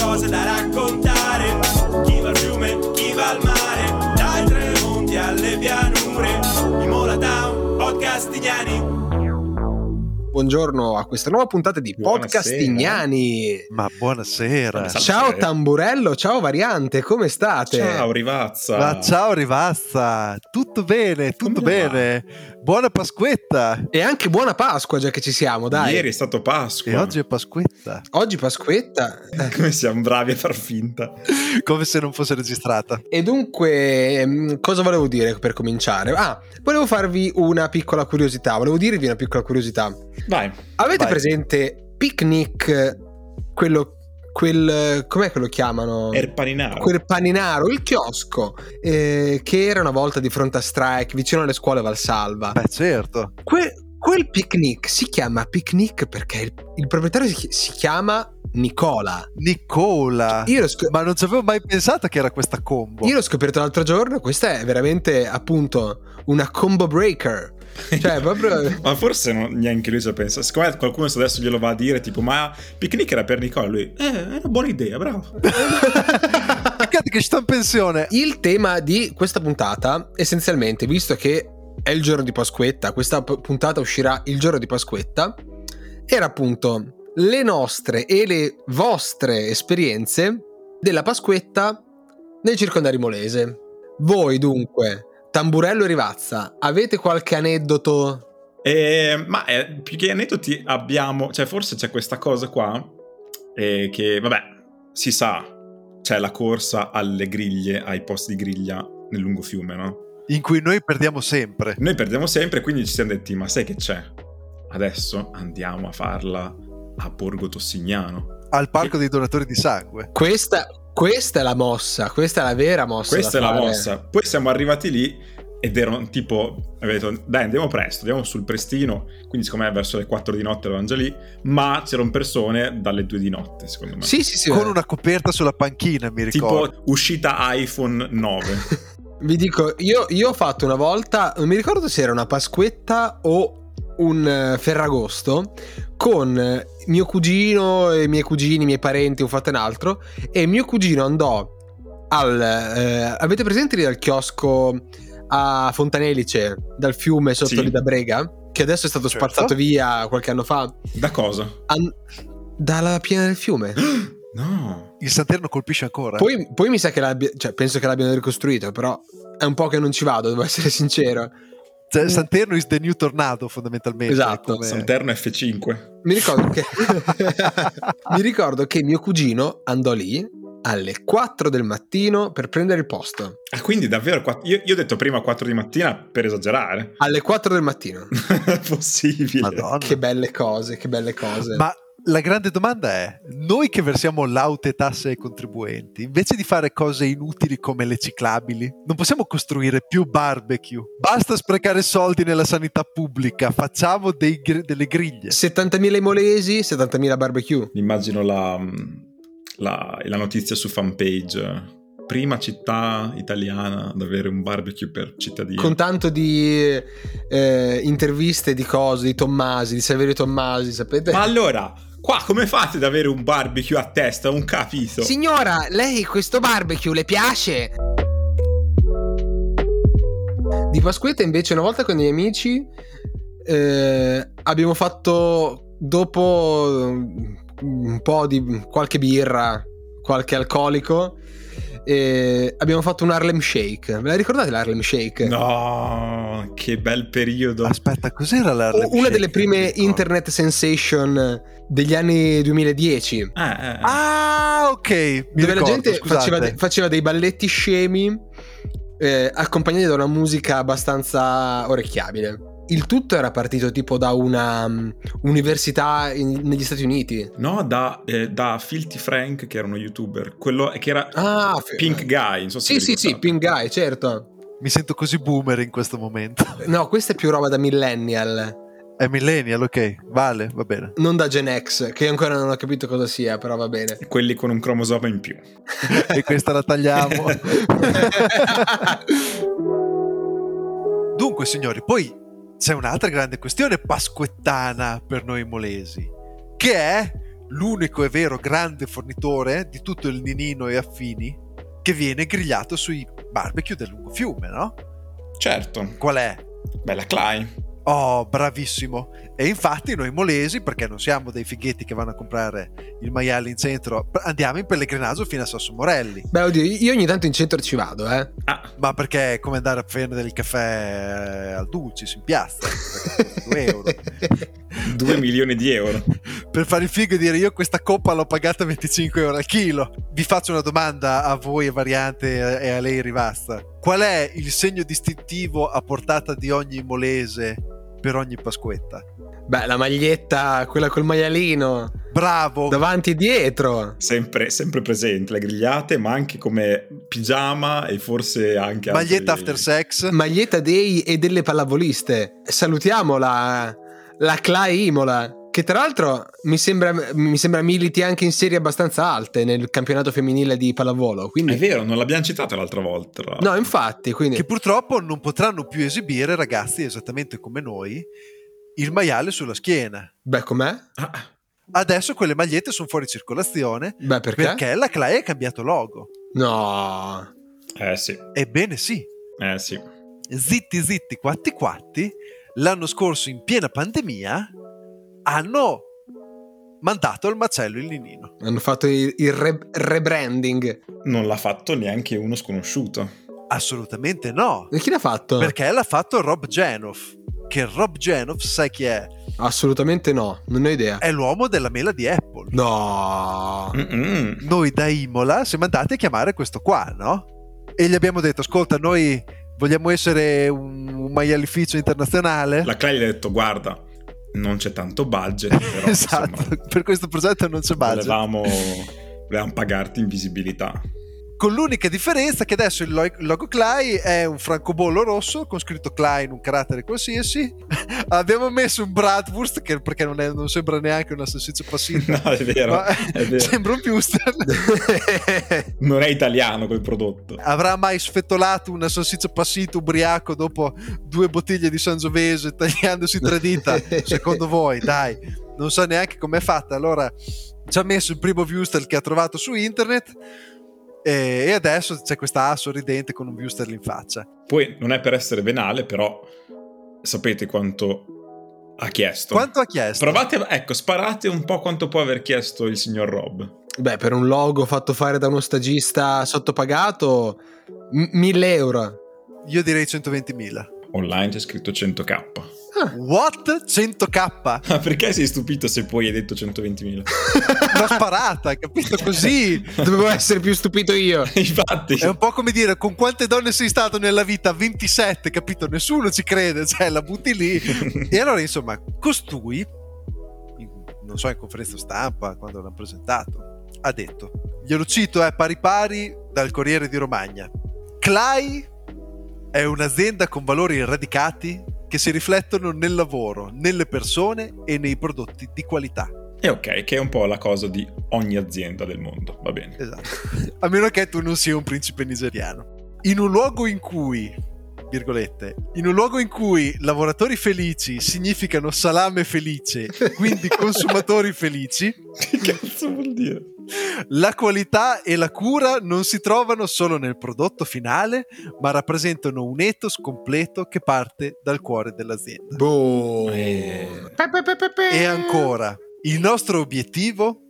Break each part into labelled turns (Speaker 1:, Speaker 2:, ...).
Speaker 1: cose da raccontare. Chi va al fiume, chi va al mare, dai tre monti alle pianure. Imola Town, podcastignani.
Speaker 2: Buongiorno a questa nuova puntata di
Speaker 3: Buonasera.
Speaker 2: Podcastignani.
Speaker 4: Ma buonasera.
Speaker 3: Buonasera.
Speaker 2: Ciao Tamburello, ciao Variante, come state?
Speaker 3: Ciao Rivazza.
Speaker 4: Ma ciao Rivazza, tutto bene, tutto
Speaker 3: Come va?
Speaker 4: bene. Buona Pasquetta.
Speaker 2: E anche buona Pasqua, già che ci siamo, dai.
Speaker 3: Ieri è stato Pasqua.
Speaker 4: E oggi è Pasquetta,
Speaker 2: Oggi Pasquetta.
Speaker 3: Come siamo bravi a far finta.
Speaker 4: come se non fosse registrata.
Speaker 2: E dunque, ehm, cosa volevo dire per cominciare? Ah, volevo farvi una piccola curiosità, volevo dirvi una piccola curiosità.
Speaker 3: Vai.
Speaker 2: Avete
Speaker 4: Vai.
Speaker 2: presente Picnic, eh, quello, quel, eh, com'è che lo chiamano?
Speaker 3: Erpaninaro.
Speaker 2: Quel paninaro, il chiosco, eh, che era una volta di fronte a Strike, vicino alle scuole Valsalva.
Speaker 4: Beh, certo.
Speaker 2: Que- quel picnic si chiama picnic perché il, il proprietario si, chi- si chiama Nicola.
Speaker 4: Nicola.
Speaker 2: Io l'ho, scop-
Speaker 4: Ma non ci avevo mai pensato che era questa combo.
Speaker 2: io l'ho scoperto l'altro giorno, questa è veramente appunto una combo breaker. Cioè, proprio...
Speaker 3: Ma forse non- neanche lui ci pensa. Secondo me qualcuno adesso glielo va a dire, tipo, ma picnic era per Nicola. Lui, eh, è una buona idea, bravo.
Speaker 4: Peccato che ci sta in pensione.
Speaker 2: Il tema di questa puntata, essenzialmente, visto che è il giorno di Pasquetta, questa p- puntata uscirà il giorno di Pasquetta, era appunto le nostre e le vostre esperienze della Pasquetta nel circondario molese. Voi dunque, Tamburello e Rivazza, avete qualche aneddoto?
Speaker 3: Eh, ma eh, più che aneddoti abbiamo, cioè forse c'è questa cosa qua eh, che, vabbè, si sa, c'è la corsa alle griglie, ai posti di griglia nel lungo fiume, no?
Speaker 4: In cui noi perdiamo sempre.
Speaker 3: Noi perdiamo sempre, quindi ci siamo detti, ma sai che c'è? Adesso andiamo a farla a Borgo Tossignano.
Speaker 4: Al parco dei donatori di sangue.
Speaker 2: Questa, questa è la mossa, questa è la vera mossa.
Speaker 3: Questa è
Speaker 2: da
Speaker 3: la
Speaker 2: fare.
Speaker 3: mossa. Poi siamo arrivati lì ed erano tipo, avevo detto, dai andiamo presto, andiamo sul prestino, quindi secondo me verso le 4 di notte eravamo già lì, ma c'erano persone dalle 2 di notte, secondo me.
Speaker 2: Sì, eh. sì, sì.
Speaker 4: Con una coperta sulla panchina, mi ricordo.
Speaker 3: Tipo uscita iPhone 9.
Speaker 2: Vi dico, io, io ho fatto una volta, non mi ricordo se era una Pasquetta o un eh, Ferragosto, con eh, mio cugino, e i miei cugini, i miei parenti, ho fatto un altro, e mio cugino andò al... eh, avete presente lì dal chiosco a Fontanelice, dal fiume sotto
Speaker 3: Sì.
Speaker 2: lì da Brega, che adesso è stato
Speaker 4: Certo.
Speaker 2: spazzato via qualche anno fa,
Speaker 3: da cosa?
Speaker 2: an- dalla piena del fiume.
Speaker 3: No.
Speaker 4: Il Santerno colpisce ancora.
Speaker 2: Poi, poi mi sa che l'abbia, cioè penso che l'abbiano ricostruito, però è un po' che non ci vado, devo essere sincero.
Speaker 4: Cioè, Santerno is the new tornado, fondamentalmente.
Speaker 2: Esatto.
Speaker 4: Come-
Speaker 3: Santerno F5.
Speaker 2: Mi ricordo che, mi ricordo che mio cugino andò lì alle 4 del mattino per prendere il posto.
Speaker 3: Ah, quindi davvero... quatt- Io, io ho detto prima 4 di mattina per esagerare.
Speaker 2: Alle 4 del mattino.
Speaker 3: È possibile.
Speaker 4: Madonna.
Speaker 2: Che belle cose, che belle cose.
Speaker 4: Ma la grande domanda è: noi che versiamo laute tasse ai contribuenti, invece di fare cose inutili come le ciclabili, non possiamo costruire più barbecue. Basta sprecare soldi nella sanità pubblica, facciamo dei gr- delle griglie.
Speaker 2: 70.000 imolesi, 70.000 barbecue.
Speaker 3: Immagino la, la- la notizia su fanpage. Prima città italiana ad avere un barbecue per cittadini.
Speaker 2: Con tanto di eh, interviste di cose, di Tommasi, di Saverio Tommasi, sapete?
Speaker 3: Ma allora, qua come fate ad avere un barbecue a testa? Un capito.
Speaker 2: Signora, lei questo barbecue le piace? Di Pasquetta invece una volta con i miei amici eh, abbiamo fatto dopo mm, un po' di qualche birra, qualche alcolico, eh, abbiamo fatto un Harlem Shake. Ve la ricordate l'Harlem Shake?
Speaker 3: No, che bel periodo.
Speaker 4: Aspetta, cos'era la
Speaker 2: O- Una delle prime internet
Speaker 4: internet
Speaker 2: sensation degli anni 2010.
Speaker 3: Ah, eh, eh.
Speaker 4: Ah, ok. Mi
Speaker 2: dove
Speaker 4: ricordo,
Speaker 2: la gente
Speaker 4: scusate.
Speaker 2: faceva, de- faceva dei balletti scemi eh, accompagnati da una musica abbastanza orecchiabile. Il tutto era partito tipo da una mm, università in- negli Stati Uniti.
Speaker 3: No, da, eh, da Filthy Frank, che era uno youtuber. Quello che era
Speaker 2: Ah,
Speaker 3: Pink Guy, non so se
Speaker 2: Sì,
Speaker 3: vi
Speaker 2: sì, sì,
Speaker 3: ricordate.
Speaker 2: Pink Guy, certo.
Speaker 4: Mi sento così boomer in questo momento.
Speaker 2: No, questa è più roba da millennial,
Speaker 4: È millennial, ok. Vale, va bene.
Speaker 2: non da Gen X, che ancora non ho capito cosa sia, però va bene.
Speaker 3: Quelli con un cromosoma in più.
Speaker 4: e questa la tagliamo. Dunque, signori, poi c'è un'altra grande questione pasquettana per noi molesi, che è l'unico e vero grande fornitore di tutto il ninino e affini che viene grigliato sui barbecue del lungo fiume, no?
Speaker 3: Certo,
Speaker 4: Qual è?
Speaker 3: bella Clay.
Speaker 4: Oh, bravissimo. E infatti noi molesi, perché non siamo dei fighetti che vanno a comprare il maiale in centro, pr- andiamo in pellegrinaggio fino a Sasso Morelli.
Speaker 2: Beh, oddio, io ogni tanto in centro ci vado, eh.
Speaker 3: Ah,
Speaker 4: Ma perché è come andare a prendere il caffè al Dulcis in piazza? perché 2 euro.
Speaker 3: 2 milioni di euro.
Speaker 4: per fare il figo e dire io questa coppa l'ho pagata 25 euro al chilo. Vi faccio una domanda a voi e variante e a lei rivasta. Qual è il segno distintivo a portata di ogni molese per ogni Pasquetta?
Speaker 2: Beh, la maglietta, quella col maialino,
Speaker 4: Bravo!
Speaker 2: davanti e dietro.
Speaker 3: Sempre, sempre presente, le grigliate, ma anche come pigiama e forse anche... altri-
Speaker 4: Maglietta after sex.
Speaker 2: Maglietta dei e delle pallavoliste. Salutiamo la, la Clay Imola, che tra l'altro mi sembra, mi sembra militi anche in serie abbastanza alte nel campionato femminile di pallavolo.
Speaker 3: È
Speaker 2: Quindi,
Speaker 3: vero, non l'abbiamo citata l'altra volta. tra l'altro.
Speaker 2: no, infatti, quindi...
Speaker 4: che purtroppo non potranno più esibire ragazzi esattamente come noi il maiale sulla schiena.
Speaker 2: Beh, com'è?
Speaker 3: Ah,
Speaker 4: Adesso quelle magliette sono fuori circolazione
Speaker 2: Beh, perché?
Speaker 4: perché la Clay ha cambiato logo.
Speaker 2: No.
Speaker 3: eh sì,
Speaker 4: Ebbene sì,
Speaker 3: eh sì.
Speaker 4: zitti zitti quatti quatti, l'anno scorso in piena pandemia hanno mandato al macello il ninino.
Speaker 2: Hanno fatto il, il re- rebranding.
Speaker 3: Non l'ha fatto neanche uno sconosciuto.
Speaker 4: Assolutamente no,
Speaker 3: Eh.
Speaker 2: E chi l'ha fatto?
Speaker 4: perché l'ha fatto Rob Genoff, che Rob Genoff sai chi è?
Speaker 2: Assolutamente no, non ne ho idea.
Speaker 4: È l'uomo della mela di Apple.
Speaker 2: No.
Speaker 3: Mm-mm.
Speaker 4: noi da Imola siamo andati a chiamare questo qua, no? E gli abbiamo detto, ascolta, noi vogliamo essere un, un maialificio internazionale.
Speaker 3: La Clay gli ha detto, guarda, non c'è tanto budget, però
Speaker 4: esatto,
Speaker 3: insomma,
Speaker 4: per questo progetto non c'è budget.
Speaker 3: volevamo, volevamo pagarti in visibilità.
Speaker 4: Con l'unica differenza che adesso il lo- logo Clay è un francobollo rosso con scritto Clay in un carattere qualsiasi. Abbiamo messo un Bratwurst, che perché non, è- non sembra neanche una salsiccia passita.
Speaker 3: No, è vero,
Speaker 4: ma-
Speaker 3: è vero.
Speaker 4: sembra un Piuster.
Speaker 3: Non è italiano quel prodotto.
Speaker 4: avrà mai sfettolato una salsiccia passita ubriaco dopo due bottiglie di Sangiovese tagliandosi tre dita? Secondo voi, dai, non so neanche com'è fatta. Allora ci ha messo il primo viewster che ha trovato su internet e e adesso c'è questa A sorridente con un viewster in faccia.
Speaker 3: Poi non è per essere venale, però sapete quanto ha chiesto.
Speaker 4: Quanto ha chiesto?
Speaker 3: Provate, ecco, sparate un po' quanto può aver chiesto il signor Rob.
Speaker 2: Beh, per un logo fatto fare da uno stagista sottopagato, m- 1000 euro.
Speaker 4: Io direi 120.000.
Speaker 3: Online c'è scritto 100k.
Speaker 4: What? 100k?
Speaker 3: Ma perché sei stupito se poi hai detto 120.000?
Speaker 4: Una sparata, capito? Così.
Speaker 2: Dovevo essere più stupito io.
Speaker 3: Infatti,
Speaker 4: È un po' come dire con quante donne sei stato nella vita? 27, capito? Nessuno ci crede, cioè la butti lì. E allora, insomma, costui, in- non so, in conferenza stampa, quando l'hanno presentato, ha detto, glielo cito, è pari pari dal Corriere di Romagna. Clai è un'azienda con valori radicati che si riflettono nel lavoro, nelle persone e nei prodotti di qualità.
Speaker 3: è ok, che è un po' la cosa di ogni azienda del mondo, va bene.
Speaker 4: Esatto. A meno che tu non sia un principe nigeriano. In un luogo in cui, virgolette, in un luogo in cui lavoratori felici significano salame felice, quindi consumatori felici,
Speaker 3: Che cazzo vuol dire?
Speaker 4: la qualità e la cura non si trovano solo nel prodotto finale, ma rappresentano un ethos completo che parte dal cuore dell'azienda.
Speaker 2: Boh.
Speaker 3: Eh.
Speaker 2: Pe- pe- pe- pe- pe.
Speaker 4: E ancora, il nostro obiettivo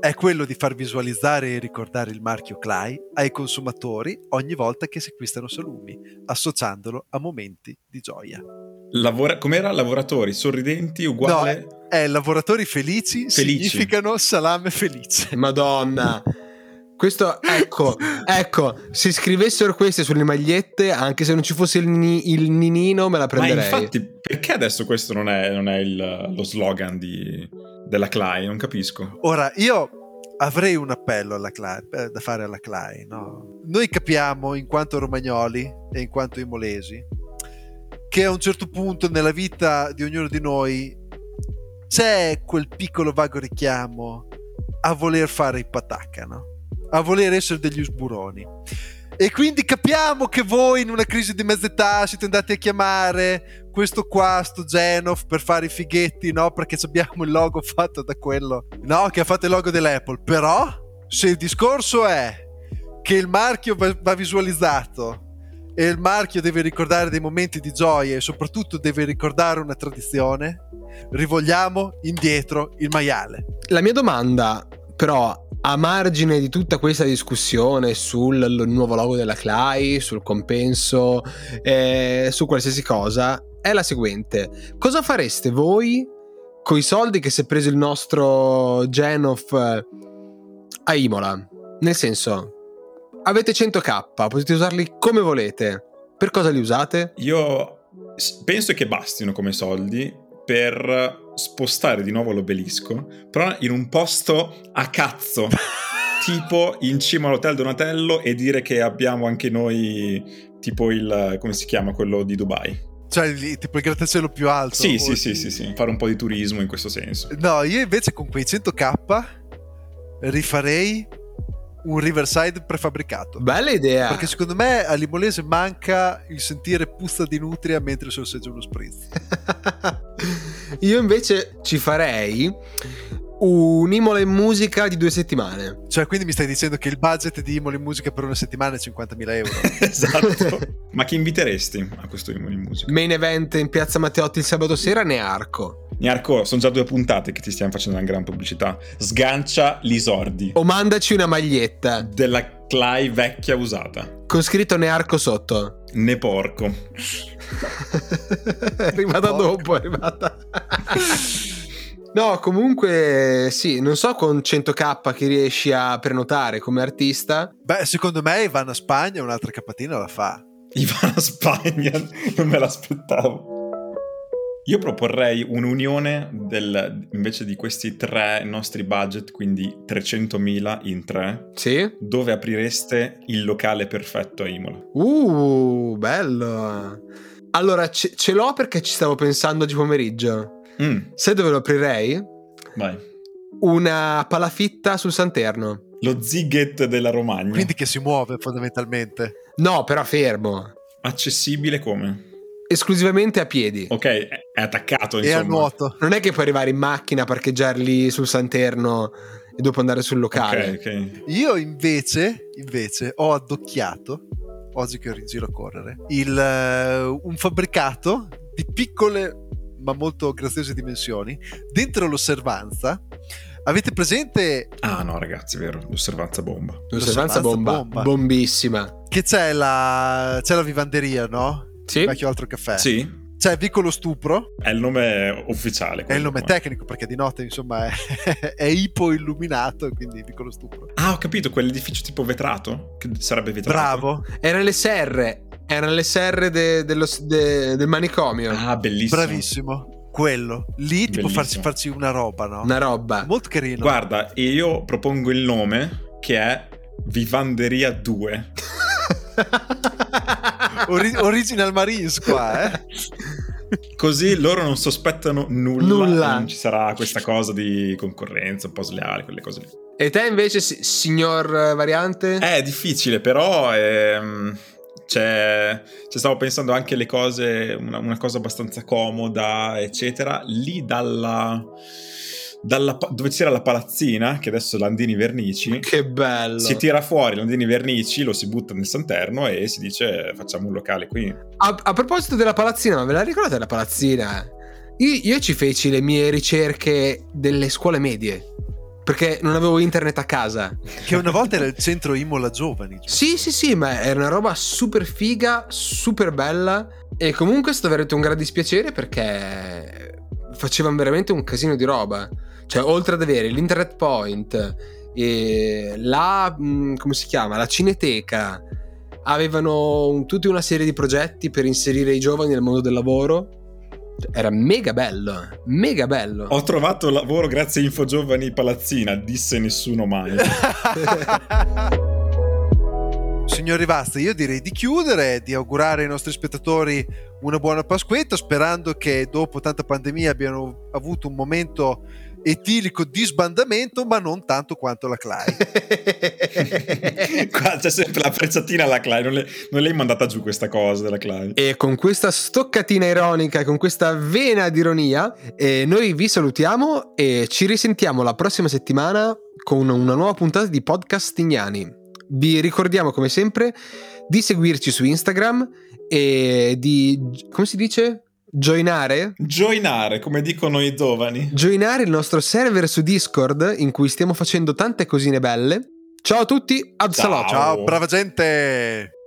Speaker 4: è quello di far visualizzare e ricordare il marchio Clay ai consumatori ogni volta che si acquistano salumi, associandolo a momenti di gioia.
Speaker 3: Lavora- com'era? Lavoratori sorridenti uguale...
Speaker 4: No, eh, lavoratori felici,
Speaker 3: Felici.
Speaker 4: significano salame felice.
Speaker 2: Madonna. Questo, ecco, ecco, se scrivessero queste sulle magliette, anche se non ci fosse il, ni- il ninino, me la
Speaker 3: Ma
Speaker 2: prenderei.
Speaker 3: infatti, perché adesso questo non è, non è il- lo slogan di- della Clay? Non capisco.
Speaker 4: Ora, io avrei un appello alla Clay- eh, da fare alla Clay. no? Noi capiamo, in quanto romagnoli e in quanto imolesi, che a un certo punto nella vita di ognuno di noi c'è quel piccolo vago richiamo a voler fare i patacca, no? a voler essere degli sburoni. E quindi capiamo che voi in una crisi di mezza età siete andati a chiamare questo qua, sto Genov, per fare i fighetti, no? Perché abbiamo il logo fatto da quello, no? Che ha fatto il logo dell'Apple. Però, se il discorso è che il marchio va, va visualizzato e il marchio deve ricordare dei momenti di gioia e soprattutto deve ricordare una tradizione, rivogliamo indietro il maiale.
Speaker 2: La mia domanda, però, a margine di tutta questa discussione sul l- nuovo logo della CLAI, sul compenso, eh, su qualsiasi cosa, è la seguente. Cosa fareste voi con i soldi che si è preso il nostro Genof eh, a Imola? Nel senso, avete 100k, potete usarli come volete. Per cosa li usate?
Speaker 3: Io s- penso che bastino come soldi per spostare di nuovo l'obelisco, però in un posto a cazzo, tipo in cima all'hotel Donatello e dire che abbiamo anche noi tipo il come si chiama quello di Dubai.
Speaker 4: Cioè, lì, tipo il grattacielo più alto.
Speaker 3: Sì,
Speaker 4: o
Speaker 3: sì,
Speaker 4: il-
Speaker 3: sì, sì, sì, fare un po' di turismo in questo senso.
Speaker 4: No, io invece con quei 100k rifarei un Riverside prefabbricato.
Speaker 2: Bella idea.
Speaker 4: Perché secondo me a Limolese manca il sentire puzza di nutria mentre sorseggia uno spritz.
Speaker 2: Io invece ci farei un'imola in musica di due settimane.
Speaker 4: Cioè, quindi mi stai dicendo che il budget di Imola in musica per una settimana è 50.000 euro.
Speaker 3: esatto. Ma chi inviteresti a questo Imo di musica?
Speaker 2: Main event in piazza Matteotti il sabato sera, ne arco.
Speaker 3: Niarco, sono già due puntate che ti stiamo facendo una gran pubblicità. Sgancia l'isordi
Speaker 2: O mandaci una maglietta
Speaker 3: della Clai vecchia usata.
Speaker 2: con scritto ne arco sotto.
Speaker 3: Ne porco.
Speaker 2: è arrivata
Speaker 4: Porca.
Speaker 2: dopo, è arrivata. No, comunque sì, non so con 100k che riesci a prenotare come artista.
Speaker 4: Beh, secondo me Ivana Spagna un'altra capatina la fa.
Speaker 3: Ivana Spagna, non me l'aspettavo. Io proporrei un'unione del, invece di questi tre nostri budget, quindi 300.000 in tre,
Speaker 2: Sì?
Speaker 3: dove aprireste il locale perfetto a Imola.
Speaker 2: Uh, bello. Allora, ce, ce l'ho perché ci stavo pensando oggi pomeriggio.
Speaker 3: Mm,
Speaker 2: Sai dove lo aprirei?
Speaker 3: vai.
Speaker 2: Una palafitta sul Santerno.
Speaker 3: Lo Ziggett della Romagna.
Speaker 4: Quindi che si muove fondamentalmente.
Speaker 2: No, però fermo.
Speaker 3: Accessibile come?
Speaker 2: Esclusivamente a piedi.
Speaker 3: Ok, è è attaccato
Speaker 4: E
Speaker 3: insomma.
Speaker 4: a nuoto.
Speaker 2: Non è che puoi arrivare in macchina, parcheggiarli sul Santerno e dopo andare sul locale.
Speaker 3: Ok, ok.
Speaker 4: Io invece, invece ho addocchiato, oggi che ero in giro a correre, il, eh, un fabbricato di piccole ma molto graziose dimensioni. Dentro l'osservanza avete presente
Speaker 3: Ah no ragazzi, vero, l'osservanza bomba.
Speaker 4: Eh.
Speaker 2: L'osservanza
Speaker 4: L'osservanza
Speaker 2: bomba.
Speaker 4: bomba.
Speaker 2: Bombissima.
Speaker 4: che c'è la, c'è la vivanderia, no?
Speaker 2: Sì?
Speaker 4: Vecchio altro caffè.
Speaker 3: Sì,
Speaker 4: C'è piccolo stupro,
Speaker 3: è il nome ufficiale.
Speaker 4: è il
Speaker 3: quello,
Speaker 4: nome
Speaker 3: ma-
Speaker 4: tecnico perché di notte insomma è, è ipoilluminato, quindi piccolo stupro.
Speaker 3: Ah, ho capito, quell'edificio tipo vetrato, che sarebbe vetrato.
Speaker 4: Bravo,
Speaker 2: Era le serre. Era le serre de- dello s- de- del manicomio.
Speaker 3: Ah, bellissimo.
Speaker 4: bravissimo. Quello. Lì tipo farci,
Speaker 3: Bellissimo.
Speaker 4: farci una roba, no?
Speaker 2: Una roba.
Speaker 4: Molto carino.
Speaker 3: Guarda, io propongo il nome che è Vivanderia 2.
Speaker 4: Ori- original Marines qua, eh?
Speaker 3: Così loro non sospettano nulla,
Speaker 2: Nulla.
Speaker 3: non ci sarà questa cosa di concorrenza un po' sleale, quelle cose lì.
Speaker 2: E te invece, si- signor eh, Variante?
Speaker 3: È difficile, però ehm, c'è, ci stavo pensando anche le cose, una, una cosa abbastanza comoda, eccetera. Lì dalla, dalla pa- dove c'era la palazzina, che adesso è Landini Vernici,
Speaker 2: Che bello.
Speaker 3: si tira fuori Landini Vernici, lo si butta nel Santerno e si dice eh, facciamo un locale qui.
Speaker 2: A, a proposito della palazzina, ma ve la ricordate la palazzina? Io, io ci feci le mie ricerche delle scuole medie. Perché non avevo internet a casa.
Speaker 4: Che una volta era il centro Imola Giovani.
Speaker 2: Sì, sì, sì, ma era una roba super figa, super bella. E comunque è stato veramente un gran dispiacere perché facevano veramente un casino di roba. Cioè, oltre ad avere l'internet point, e la. mh, come si chiama? La cineteca. Avevano un- tutta una serie di progetti per inserire i giovani nel mondo del lavoro. Cioè, Era mega bello, mega bello.
Speaker 3: Ho trovato lavoro grazie a Info Giovani Palazzina, disse nessuno mai.
Speaker 4: Signori Vasta, io direi di chiudere, di augurare ai nostri spettatori una buona Pasquetta, sperando che dopo tanta pandemia abbiano avuto un momento etilico di sbandamento, ma non tanto quanto la Clay.
Speaker 3: Qua c'è sempre la frecciatina alla Clay, non l'hai, non l'hai mandata giù questa cosa della Clay.
Speaker 2: E con questa stoccatina ironica, e con questa vena di ironia, eh, noi vi salutiamo e ci risentiamo la prossima settimana con una nuova puntata di Podcast Tignani. Vi ricordiamo come sempre di seguirci su Instagram e di, come si dice? Joinare?
Speaker 3: Joinare, come dicono i giovani.
Speaker 2: Joinare il nostro server su Discord in cui stiamo facendo tante cosine belle. Ciao a tutti, ad
Speaker 3: Ciao.
Speaker 2: salotto!
Speaker 4: Ciao, brava gente!